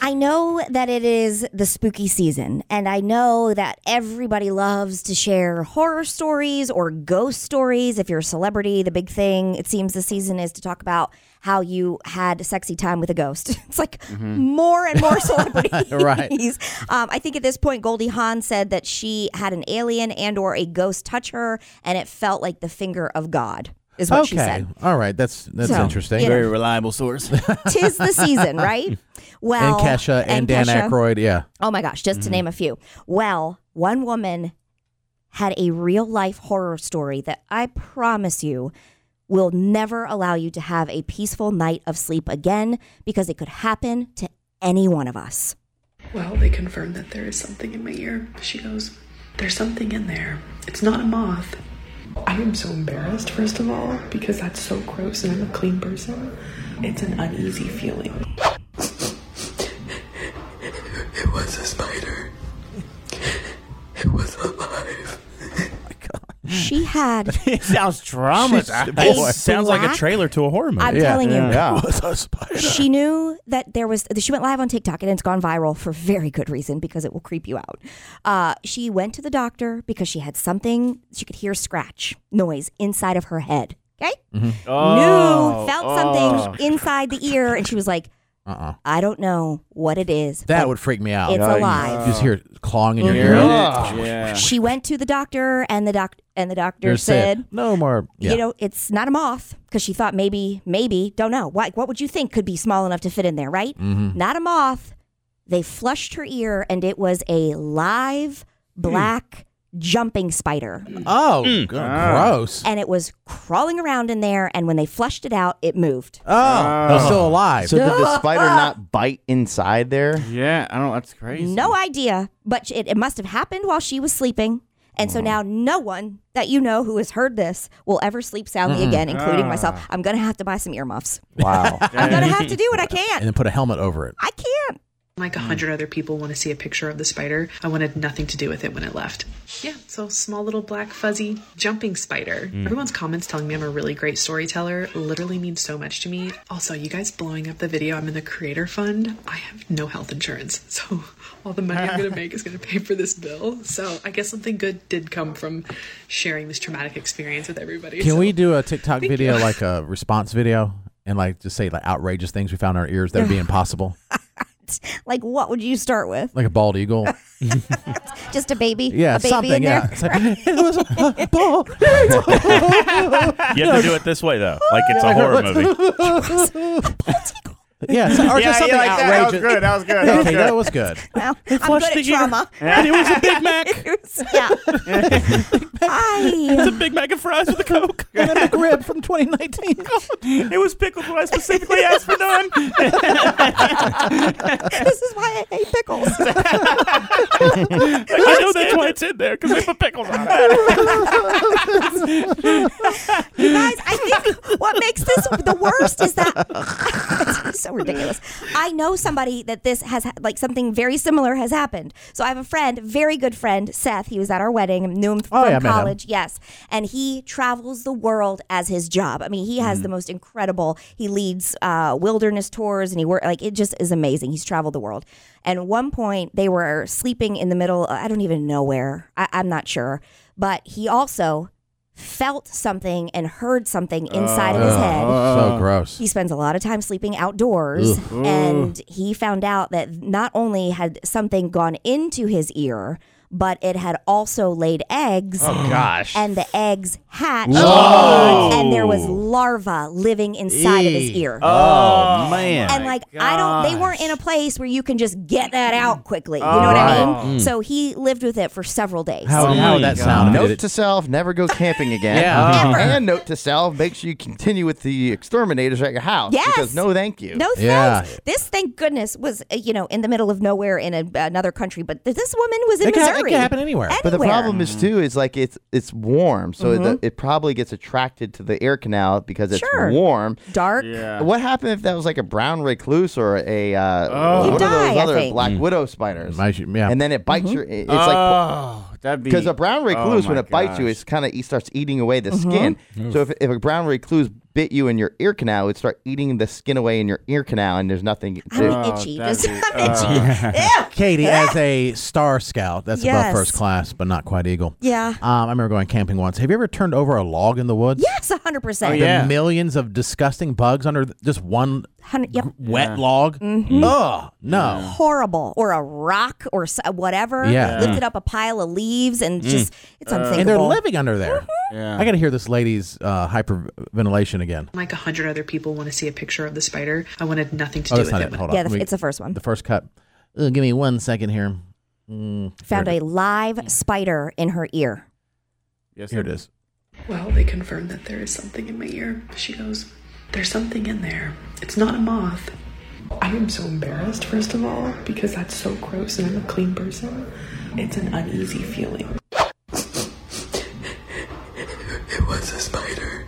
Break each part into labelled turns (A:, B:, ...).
A: I know that it is the spooky season, and I know that everybody loves to share horror stories or ghost stories. If you're a celebrity, the big thing it seems this season is to talk about how you had sexy time with a ghost. It's like more and more celebrities.
B: Mm-hmm. Right.
A: Um, I think at this point, Goldie Hawn said that she had an alien and or a ghost touch her, and it felt like the finger of God. Is what
B: okay.
A: she said.
B: All right. That's that's
A: So,
B: interesting.
A: you know.
B: And
C: Very reliable source.
A: Tis the season, right? Well,
B: Kesha and, Dan
A: Oh, Kesha.
B: Aykroyd. Yeah.
A: Oh my gosh,
C: Mm-hmm.
A: just to name a few. Well, one woman had a real life horror story that I promise you will never allow you to have a peaceful night of sleep again because it could happen to any one of us.
D: Well, they confirmed that there is something in my ear. She goes, There's something in there. It's not a moth. I am so embarrassed, first of all, because that's so gross and I'm a clean person. It's an uneasy feeling. it was a spider. It was alive.
C: Hmm.
A: She had,
C: it sounds
E: Oh
C: traumatized.
A: Boy.
C: It sounds like a trailer to a horror movie.
A: I'm telling you,
B: Yeah.
A: she knew that there was she went live on tiktok and it's gone viral for very good reason because it will creep you out uh, she went to the doctor because she had something she could hear scratch noise inside of her head okay
B: Oh.
E: Oh.
A: knew felt something inside the ear and she was like
B: Uh-uh.
A: i don't know what it is
B: That
A: but
B: would freak me out.
A: it's
B: You
A: alive Mm-hmm.
B: just hear it clawing in
E: Oh.
B: your ear.
C: Yeah.
A: she went to the doctor and the doc and the doctor
B: You're
A: said
B: no more. Yeah.
A: you know, it's not a moth because she thought maybe, maybe, don't know. Like, what would you think could be small enough to fit in there,
B: Mm.
A: right?
B: Mm-hmm.
A: Not a moth. They flushed her ear and it was a live
B: Hmm.
A: black jumping spider.
B: oh, g- gross.
A: And it was crawling around in there. And when they flushed it out, it moved.
B: Oh, it's still alive.
F: So did the spider not bite inside there?
C: Yeah, I don't. That's crazy.
A: No idea, but it, it must have happened while she was sleeping. And
B: Uh-huh.
A: so now no one that you know who has heard this will ever sleep soundly again, including myself. I'm going to have to buy some earmuffs.
F: Wow.
A: I'm going to have to do what I can.
B: and then put a helmet over it.
A: I can't.
D: Like
B: Mm.
D: a hundred other people want to see a picture of the spider. I wanted nothing to do with it when it left. Yeah, so small little black fuzzy jumping spider.
B: Mm.
D: Everyone's comments telling me I'm a really great storyteller literally means so much to me. Also, you guys blowing up the video, I'm in the creator fund. I have no health insurance, so all the money I'm gonna make is gonna pay for this bill. So I guess something good did come from sharing this traumatic experience with everybody.
B: Can
D: So-
B: we do a TikTok video, like a response video, and like just say like outrageous things we found in our ears that would be impossible,
A: Like, what would you start with?
B: like a bald eagle?
A: Just a baby.
B: Yeah,
A: a baby
B: something.
A: in
B: yeah,
A: there.
B: It's like, it was a bald.
E: You have to do it this way though, like it's a horror movie.
B: Yeah, so- or
E: Yeah,
B: just something
E: yeah, like that. That was
B: outrageous.
E: good, that was good, that was
B: okay,
E: good.
B: that was good.
A: Well, I'm good at trauma.
E: And it was a Big Mac.
A: yeah. I,
E: It's a Big Mac and fries with a Coke.
B: And a McRib from 2019.
E: It was pickled when I specifically asked for none.
A: this is why I hate pickles.
E: I know that's why it's in there because they put pickles on it.
A: You guys, I think what makes this the worst is that it's so ridiculous. I know somebody that this has like something very similar has happened. So I have a friend, very good friend, Seth. He was at our wedding, knew him from
B: Oh, yeah, I met him.
A: college. Yes, and he travels the world as his job. I mean, he
B: Mm.
A: has the most incredible. He leads uh, wilderness tours, and he work like it just is amazing. He's traveled the world. And at one point, they were sleeping in the middle. I don't even know where. I, I'm not sure. But he also felt something and heard something inside of his
B: Uh-huh.
A: head.
B: so gross.
A: He spends a lot of time sleeping outdoors, and he found out that not only had something gone into his ear, but it had also laid eggs.
E: Oh. Gosh.
A: And the eggs hatched, and there was larva living inside of his ear.
C: Oh man.
A: and like I don't, they weren't in a place where you can just get that out quickly. You know what I mean? So he lived with it for several days.
B: How, how would
C: my
B: that sound? if it-
F: Oh note to self: never go camping again.
B: Yeah.
A: Never.
F: And note to self: make sure you continue with the exterminators at your house.
A: Yes.
F: Because no, thank you.
A: No
B: Yeah.
A: thanks. This, thank goodness, was uh, you know in the middle of nowhere in a, another country, but th- this woman was in
B: It can- it
A: Missouri.
B: can happen anywhere.
F: But the problem is too is like it's it's warm, so the, it probably gets attracted to the air canal because it's
A: Mm-hmm. Sure.
F: warm.
A: dark.
F: What happened if that was like a brown recluse or a uh,
A: You
F: one of
A: die, I
F: those other
A: think. Mm-hmm.
F: black widow spiders?
B: Might you- yeah.
F: And then it bites your. It's like
C: oh, that'd be
F: Because a brown recluse,
C: oh
F: when
C: my
F: it bites you,
C: gosh.
F: it's kind of it starts eating away the skin. So if, if a brown recluse bit you in your ear canal, it would start eating the skin away in your ear canal, and there's nothing you can do.
B: Oh,
A: I'm itchy.
C: that'd
A: Just,
C: be-
A: I'm itchy.
B: Katie, as a star scout, that's
A: Yes.
B: above first class, but not quite eagle.
A: Yeah.
B: Um, I remember going camping once. Have you ever turned over a log in the woods?
A: Yes, 100%.
C: Oh,
B: The
C: yeah.
B: millions of disgusting bugs under th- just one
A: 100, yep.
B: wet log. Ugh, no.
A: Horrible. Or a rock or s- uh, whatever.
B: Yeah. Mm. Uh,
A: Lifted up a pile of leaves and just, it's unthinkable.
B: And they're living under there.
C: Yeah.
B: I got to hear this lady's uh, hyperventilation again.
D: Like a hundred other people want to see a picture of the spider. I wanted nothing to
B: Oh,
D: do
B: that's
D: with
B: not
D: it.
B: it.
D: When
B: Hold on.
A: yeah,
B: Let
A: the,
B: me-
A: it's the first one.
B: the first cut. Ugh, give me one second here. Mm,
A: Found
B: here
A: a live spider in her ear.
C: Yes,
B: Here it
C: sir.
B: is.
D: Well, they confirmed that there is something in my ear. She goes, There's something in there. It's not a moth. I am so embarrassed, first of all, because that's so gross and I'm a clean person. It's an uneasy feeling. it was a spider.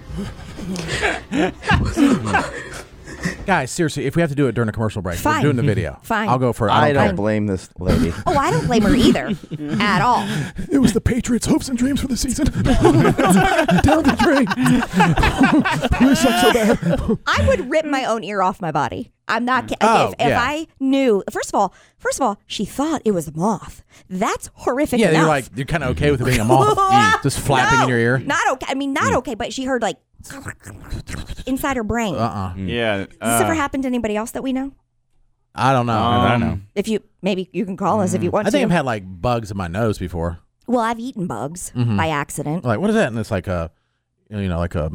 B: Guys, seriously, if we have to do it during a commercial break,
A: Fine.
B: we're doing the video.
A: Fine.
B: I'll go for it.
F: I don't
B: care.
F: blame this lady.
A: Oh, I don't blame her either at all.
B: It was the Patriots' hopes and dreams for the season. Down the drain. we suck so bad.
A: I would rip my own ear off my body. I'm not kidding.
B: Oh,
A: if, if
B: yeah.
A: I knew, first of all, first of all, she thought it was a moth. That's horrific.
B: Yeah,
A: enough.
B: you're like you're kind of okay with it being a moth, Mm. just flapping
A: No,
B: in your ear. Mm.
A: Not okay. I mean, not okay. But she heard like inside her brain.
B: uh-uh.
C: Yeah.
A: Has this
C: uh,
A: ever happened to anybody else that we know?
B: I don't know.
E: I know.
A: If you maybe you can call us if you want
B: Mm. I think
A: to.
B: I've had like bugs in my nose before.
A: well, I've eaten bugs
B: Mm-hmm.
A: by accident,
B: Like what is that? And it's like a, you know, like a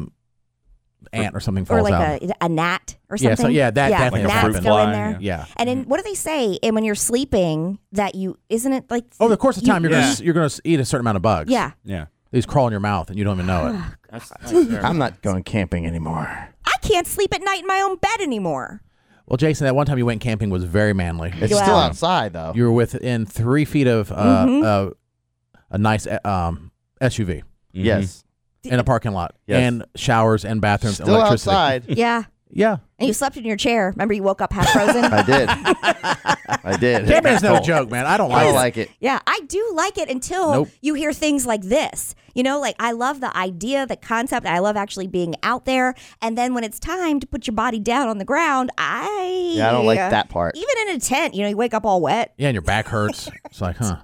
B: ant or something
A: or
B: falls
A: like
B: out.
A: a, a gnat or
B: Yeah, so-
A: something.
B: yeah, that definitely
E: Like a
A: gnats
E: fruit
A: go in
E: fly,
A: there.
B: yeah. Mm-hmm.
A: And then what do they say? And when you're sleeping, that you isn't it like
B: Over the course Oh, of
A: you-
B: time, you're gonna s- you're gonna s- eat a certain amount of bugs.
A: yeah.
E: Yeah.
B: these crawl in your mouth and you don't even know it.
C: that's, that's fair.
F: I'm not going camping anymore.
A: I can't sleep at night in my own bed anymore.
B: Well, Jason, that one time you went camping was very manly.
F: It's
A: Well-
F: still outside though.
B: You were within three feet of uh,
A: Mm-hmm.
B: uh, a nice uh, um, SUV
F: yes,
B: in a parking lot,
F: Yes.
B: and showers and bathrooms, and
F: still
B: electricity.
F: outside.
A: Yeah.
B: Yeah,
A: And you slept in your chair. Remember, you woke up half frozen.
F: I did. I did. Oh,
B: camping's not a joke, man. I don't
F: I
B: like.
F: don't
B: it.
F: like it.
A: Yeah, I do like it until
B: Nope.
A: you hear things like this. You know, like I love the idea, the concept. I love actually being out there. And then when it's time to put your body down on the ground, I
F: Yeah, I don't like that part.
A: Even in a tent, you know, you wake up all wet.
B: Yeah, and your back hurts. it's like, huh?